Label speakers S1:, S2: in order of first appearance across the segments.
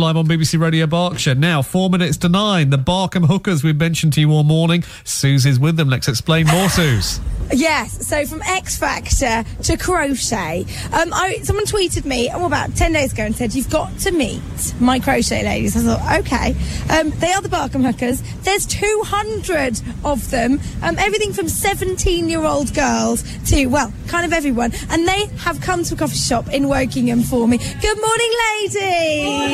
S1: Live on BBC Radio Berkshire. Now, four minutes to nine. The Barkham Hookers we've mentioned to you all morning. Suze is with them. Let's explain more, Suze.
S2: Yes, so from X Factor to crochet. Um, I, someone tweeted me oh, about 10 days ago and said, You've got to meet my crochet ladies. I thought, okay. Um, they are the Barkham Hookers. There's 200 of them, um, everything from 17 year old girls to, well, kind of everyone. And they have come to a coffee shop in Wokingham for me. Good morning, ladies.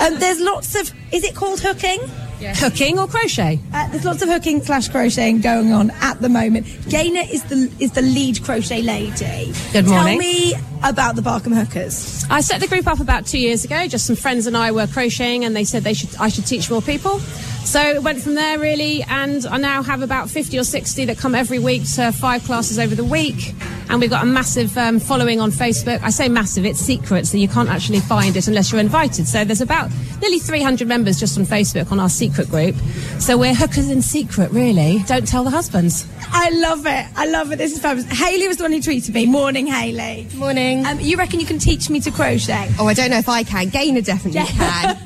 S2: Um, there's lots of, is it called hooking?
S3: Hooking or crochet?
S2: Uh, there's lots of hooking slash crocheting going on at the moment. Gaynor is the is the lead crochet lady.
S3: Good
S2: Tell
S3: morning.
S2: me about the Barkham Hookers.
S3: I set the group up about two years ago. Just some friends and I were crocheting, and they said they should I should teach more people. So it went from there really, and I now have about 50 or 60 that come every week to five classes over the week, and we've got a massive um, following on Facebook. I say massive; it's secret, so you can't actually find it unless you're invited. So there's about nearly 300 members just on Facebook on our secret group. So we're hookers in secret, really. Don't tell the husbands.
S2: I love it. I love it. This is fabulous. Haley was the one who tweeted me. Morning, Haley.
S4: Morning.
S2: Um, you reckon you can teach me to crochet?
S4: Oh, I don't know if I can. Gainer definitely can.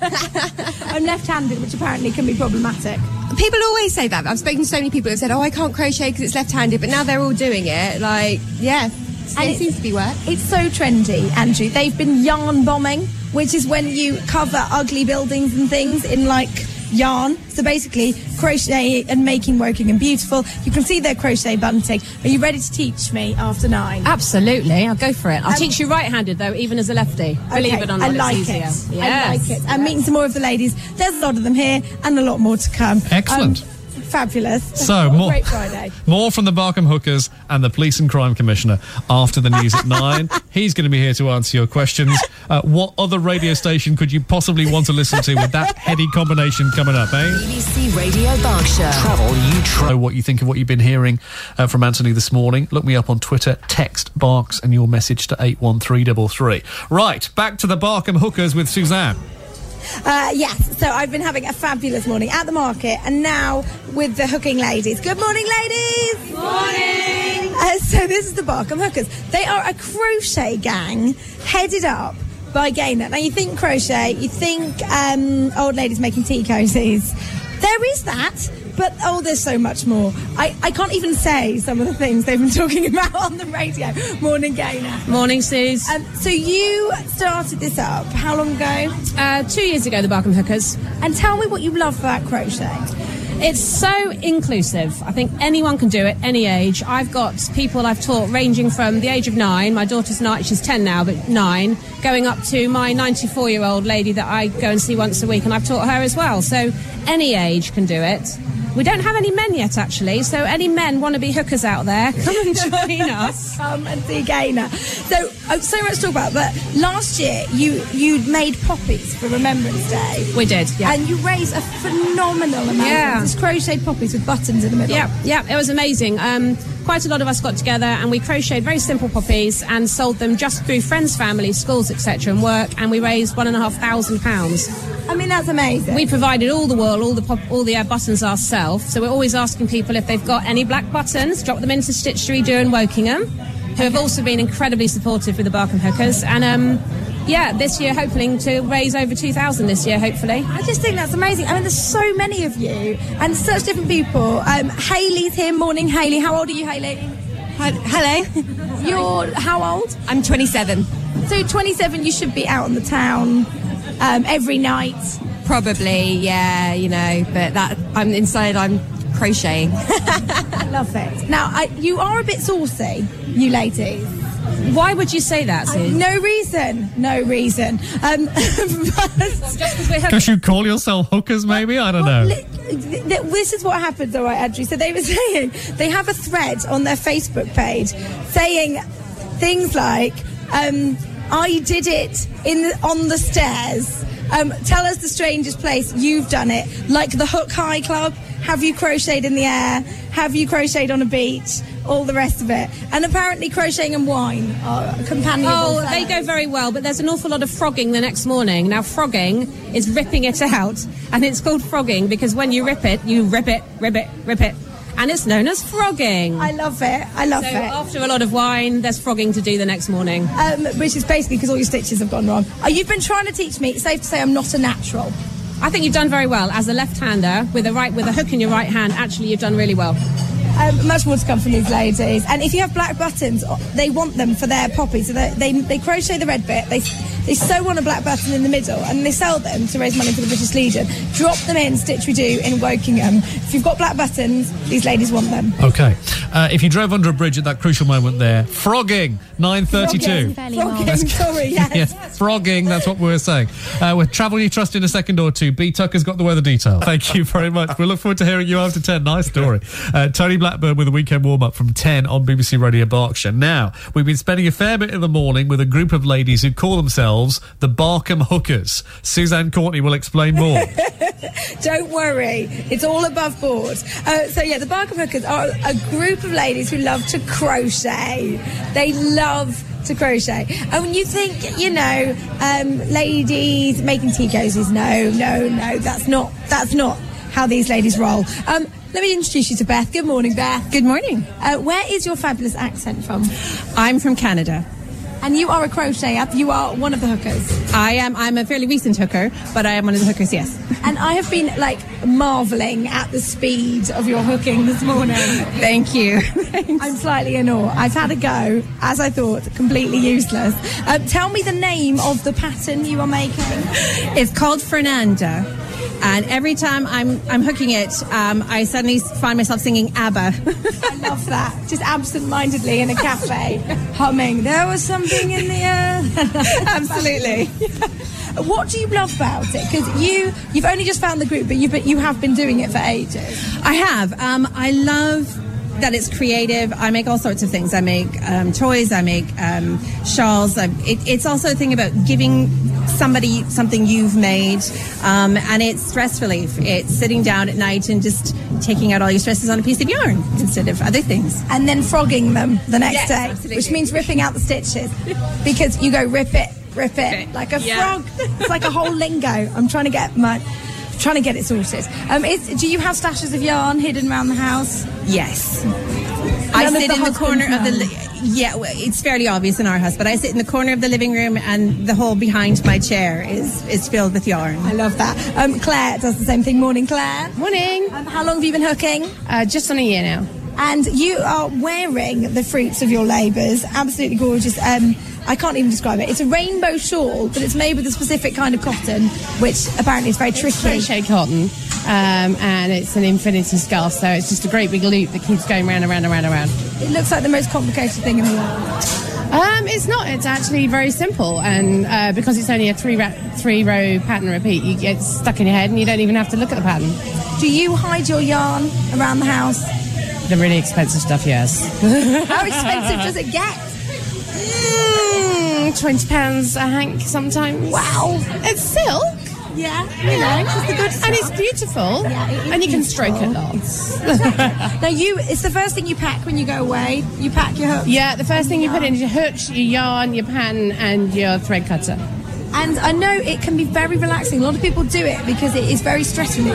S2: I'm left-handed, which apparently can be problematic.
S4: people always say that. I've spoken to so many people who have said, "Oh, I can't crochet because it's left-handed," but now they're all doing it. Like, yeah,
S2: And
S4: it
S2: it's-
S4: seems to be work.
S2: It's so trendy, Andrew. They've been yarn bombing, which is when you cover ugly buildings and things in like yarn. So basically, crochet and making working and beautiful. You can see their crochet bunting. Are you ready to teach me after nine?
S3: Absolutely, I'll go for it. I'll teach you right-handed though, even as a lefty. Believe
S2: Um, Okay,
S3: it or not,
S2: I like
S3: it's easier.
S2: it. I
S3: Yes.
S2: like it. I'm meeting some more of the ladies. There's a lot of them here, and a lot more to come.
S1: Excellent.
S2: Um, fabulous.
S1: So,
S2: What a
S1: more,
S2: great Friday.
S1: more from the Barkham Hookers and the Police and Crime Commissioner after the news at nine. He's going to be here to answer your questions. Uh, what other radio station could you possibly want to listen to with that heady combination coming up, eh?
S5: BBC Radio Berkshire.
S6: Travel you
S1: Know
S6: travel.
S1: what you think of what you've been hearing uh, from Anthony this morning. Look me up on Twitter, text Barks and your message to 81333. Right, back to the Barkham Hookers with Suzanne.
S2: Uh, yes, so I've been having a fabulous morning at the market and now with the hooking ladies. Good morning, ladies! Morning! Uh, so, this is the Barkham Hookers. They are a crochet gang headed up by Gaynor. Now, you think crochet, you think um, old ladies making tea cozies. There is that, but oh, there's so much more. I, I can't even say some of the things they've been talking about on the radio. Morning, Gaynor.
S3: Morning, Suze.
S2: Um, so, you started this up how long ago?
S3: Uh, two years ago, the Barkham Hookers.
S2: And tell me what you love about crochet.
S3: It's so inclusive. I think anyone can do it, any age. I've got people I've taught ranging from the age of nine, my daughter's nine, she's 10 now, but nine, going up to my 94 year old lady that I go and see once a week, and I've taught her as well. So any age can do it. We don't have any men yet, actually, so any men want to be hookers out there, come and join us.
S2: Come and see Gaynor. So, oh, so much to talk about, but last year you you made poppies for Remembrance Day.
S3: We did, yeah.
S2: And you raised a phenomenal amount.
S3: Yeah.
S2: of Just crocheted poppies with buttons in the middle.
S3: Yeah, yeah, it was amazing. Um, quite a lot of us got together and we crocheted very simple poppies and sold them just through friends, family, schools, etc., and work. And we raised one and a half thousand pounds.
S2: I mean, that's amazing.
S3: We provided all the wool, all the pop, all the uh, buttons ourselves. So we're always asking people if they've got any black buttons, drop them into Stitchery Do in Wokingham, who have also been incredibly supportive with the Barkham Hookers. And um, yeah, this year hoping to raise over two thousand this year, hopefully.
S2: I just think that's amazing. I mean, there's so many of you and such different people. Um, Haley's here. Morning, Haley. How old are you, Haley? Hello. You're how old?
S4: I'm 27,
S2: So 27, you should be out on the town um, every night.
S4: probably. Yeah, you know, but that I'm inside. I'm crocheting.
S2: Love it. Now, I, you are a bit saucy, you ladies.
S3: Why would you say that, Sue?
S2: No reason. No reason. Um, but,
S1: Could you call yourself hookers, maybe? I don't know.
S2: Well, li- th- this is what happens, all right, Andrew. So they were saying they have a thread on their Facebook page saying things like, um, "I did it in the, on the stairs." Um, tell us the strangest place you've done it, like the Hook High Club. Have you crocheted in the air? Have you crocheted on a beach? All the rest of it. And apparently, crocheting and wine are companionable.
S3: Oh, they
S2: fellows.
S3: go very well, but there's an awful lot of frogging the next morning. Now, frogging is ripping it out, and it's called frogging because when you rip it, you rip it, rip it, rip it.
S7: and it's known as frogging.
S2: I love it. I love
S7: so
S2: it.
S7: after a lot of wine, there's frogging to do the next morning.
S2: um, which is basically because all your stitches have gone wrong. Uh, you've been trying to teach me. It's safe to say I'm not a natural.
S7: I think you've done very well as a left-hander with a right with a hook in your right hand. Actually, you've done really well.
S2: Um, much more to come from these ladies. And if you have black buttons, uh, they want them for their poppy. So they, they, they crochet the red bit, they, they sew on a black button in the middle, and they sell them to raise money for the British Legion. Drop them in Stitch We Do in Wokingham. If you've got black buttons, these ladies want them.
S1: Okay. Uh, if you drove under a bridge at that crucial moment there, frogging, 932.
S2: Frogging, sorry, yes.
S1: Yes, frogging, that's what we were saying. Uh, with Travel You Trust in a second or two, B Tucker's got the weather detail. Thank you very much. We look forward to hearing you after 10. Nice story. Uh, Tony Blackburn with a weekend warm up from 10 on BBC Radio Berkshire. Now, we've been spending a fair bit of the morning with a group of ladies who call themselves the Barkham Hookers. Suzanne Courtney will explain more.
S2: Don't worry, it's all above board. Uh, so yeah, the Barker Hookers are a group of ladies who love to crochet. They love to crochet. And when you think, you know, um, ladies making tea cozies, no, no, no, that's not that's not how these ladies roll. Um, let me introduce you to Beth. Good morning, Beth.
S3: Good morning.
S2: Uh, where is your fabulous accent from?
S3: I'm from Canada.
S2: And you are a crocheter. You are one of the hookers.
S3: I am. I'm a fairly recent hooker, but I am one of the hookers. Yes.
S2: And I have been like marveling at the speed of your hooking this morning.
S3: Thank you.
S2: I'm slightly in awe. I've had a go, as I thought, completely useless. Um, tell me the name of the pattern you are making.
S3: it's called Fernanda, and every time I'm I'm hooking it, um, I suddenly find myself singing ABBA.
S2: I love that. Just absent-mindedly in a cafe, humming. There was something in the air.
S3: Absolutely.
S2: what do you love about it? Because you you've only just found the group, but you but you have been doing it for ages.
S3: I have. Um, I love that it's creative. I make all sorts of things. I make um, toys. I make um, shawls. I, it, it's also a thing about giving somebody something you've made, um, and it's stress relief. It's sitting down at night and just taking out all your stresses on a piece of yarn instead of other things.
S2: And then frogging them the next
S3: Yes,
S2: day,
S3: absolutely.
S2: which means ripping out the stitches because you go rip it, rip it
S3: it.
S2: like a
S3: Yeah.
S2: frog. It's like a whole lingo. I'm trying to get my. Trying to get it sorted. Um, is, do you have stashes of yarn hidden around the house?
S3: Yes.
S2: None
S3: I
S2: of
S3: sit
S2: the
S3: in the
S2: husbands
S3: corner of the.
S2: know.
S3: Li- yeah, well, it's fairly obvious in our house, but I sit in the corner of the living room, and the hole behind my chair is is filled with yarn.
S2: I love that. Um, Claire does the same thing. Morning, Claire.
S4: Morning.
S2: Um, how long have you been hooking?
S4: Uh, just on a year now.
S2: And you are wearing the fruits of your labours. Absolutely gorgeous. Um, I can't even describe it. It's a rainbow shawl, but it's made with a specific kind of cotton, which apparently is very tricky.
S4: Crochet cotton, um, and it's an infinity scarf, so it's just a great big loop that keeps going round and round and round and round.
S2: It looks like the most complicated thing in the world.
S4: Um, it's not. It's actually very simple, and uh, because it's only a three ra- three row pattern repeat, you get stuck in your head, and you don't even have to look at the pattern.
S2: Do you hide your yarn around the house?
S4: The really expensive stuff, yes.
S2: How expensive does it get?
S4: Mm, Twenty pounds a hank sometimes.
S2: Wow.
S4: It's silk,
S2: Yeah.
S4: you know, and it's beautiful,
S2: Yeah, it is
S4: and you can stroke it
S2: beautiful.
S4: lots.
S2: Now you, it's the first thing you pack when you go away. You pack your hook.
S4: Yeah, the first thing you put in is your hooks, your yarn, your pattern, and your thread cutter.
S2: And I know it can be very relaxing. A lot of people do it because it is very stressful.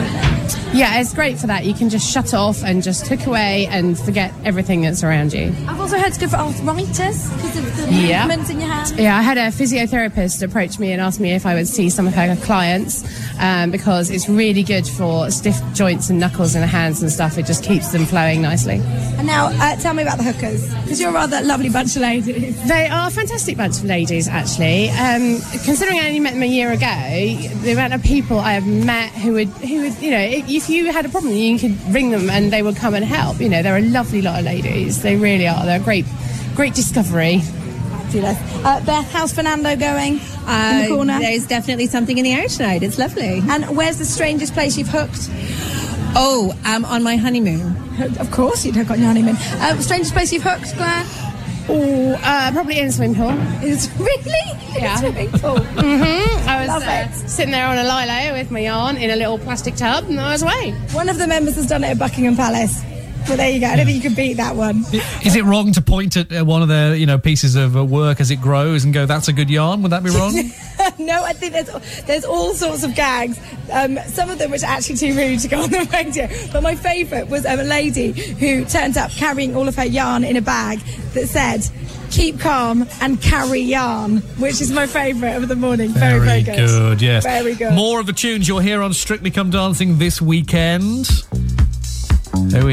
S4: Yeah, it's great for that. You can just shut off and just hook away and forget everything that's around you.
S2: I've also heard it's good for arthritis because of the
S4: Yeah.
S2: movement in your hand.
S4: Yeah, I had a physiotherapist approach me and ask me if I would see some of her clients um, because it's really good for stiff joints and knuckles and the hands and stuff. It just keeps them flowing nicely.
S2: And now, uh, tell me about the hookers because you're a rather lovely bunch of ladies.
S4: They are a fantastic bunch of ladies, actually. Um, considering I only met them a year ago, the amount of people I have met who would, who would, you know, if, if you had a problem, you could ring them and they would come and help. You know, they're a lovely lot of ladies. They really are. They're a great, great discovery.
S2: Fabulous. Uh, Beth, how's Fernando going in the
S3: Uh,
S2: corner?
S3: There's definitely something in the air tonight. It's lovely.
S2: And where's the strangest place you've hooked?
S3: Oh, um, on my honeymoon.
S2: Of course, you'd hook on your honeymoon. Uh, strangest place you've hooked, Claire?
S4: Oh, uh, probably in a swim pool.
S2: It's really
S4: Yeah.
S2: swimming pool.
S4: Mm-hmm. I was
S2: Love
S4: uh,
S2: it.
S4: sitting there on a lilo with my yarn in a little plastic tub, and I was away.
S2: One of the members has done it at Buckingham Palace. Well, there you go. I don't think you can beat that one.
S1: Is it wrong to point at uh, one of their, you know, pieces of uh, work as it grows and go, "That's a good yarn"? Would that be wrong?
S2: no, I think there's there's all sorts of gags. Um, some of them which are actually too rude to go on the radio. But my favourite was um, a lady who turned up carrying all of her yarn in a bag that said. Keep calm and carry yarn, which is my favourite of the morning. Very, very,
S1: good. Yes.
S2: Very good.
S1: More of the tunes you'll hear on Strictly Come Dancing this weekend. Who is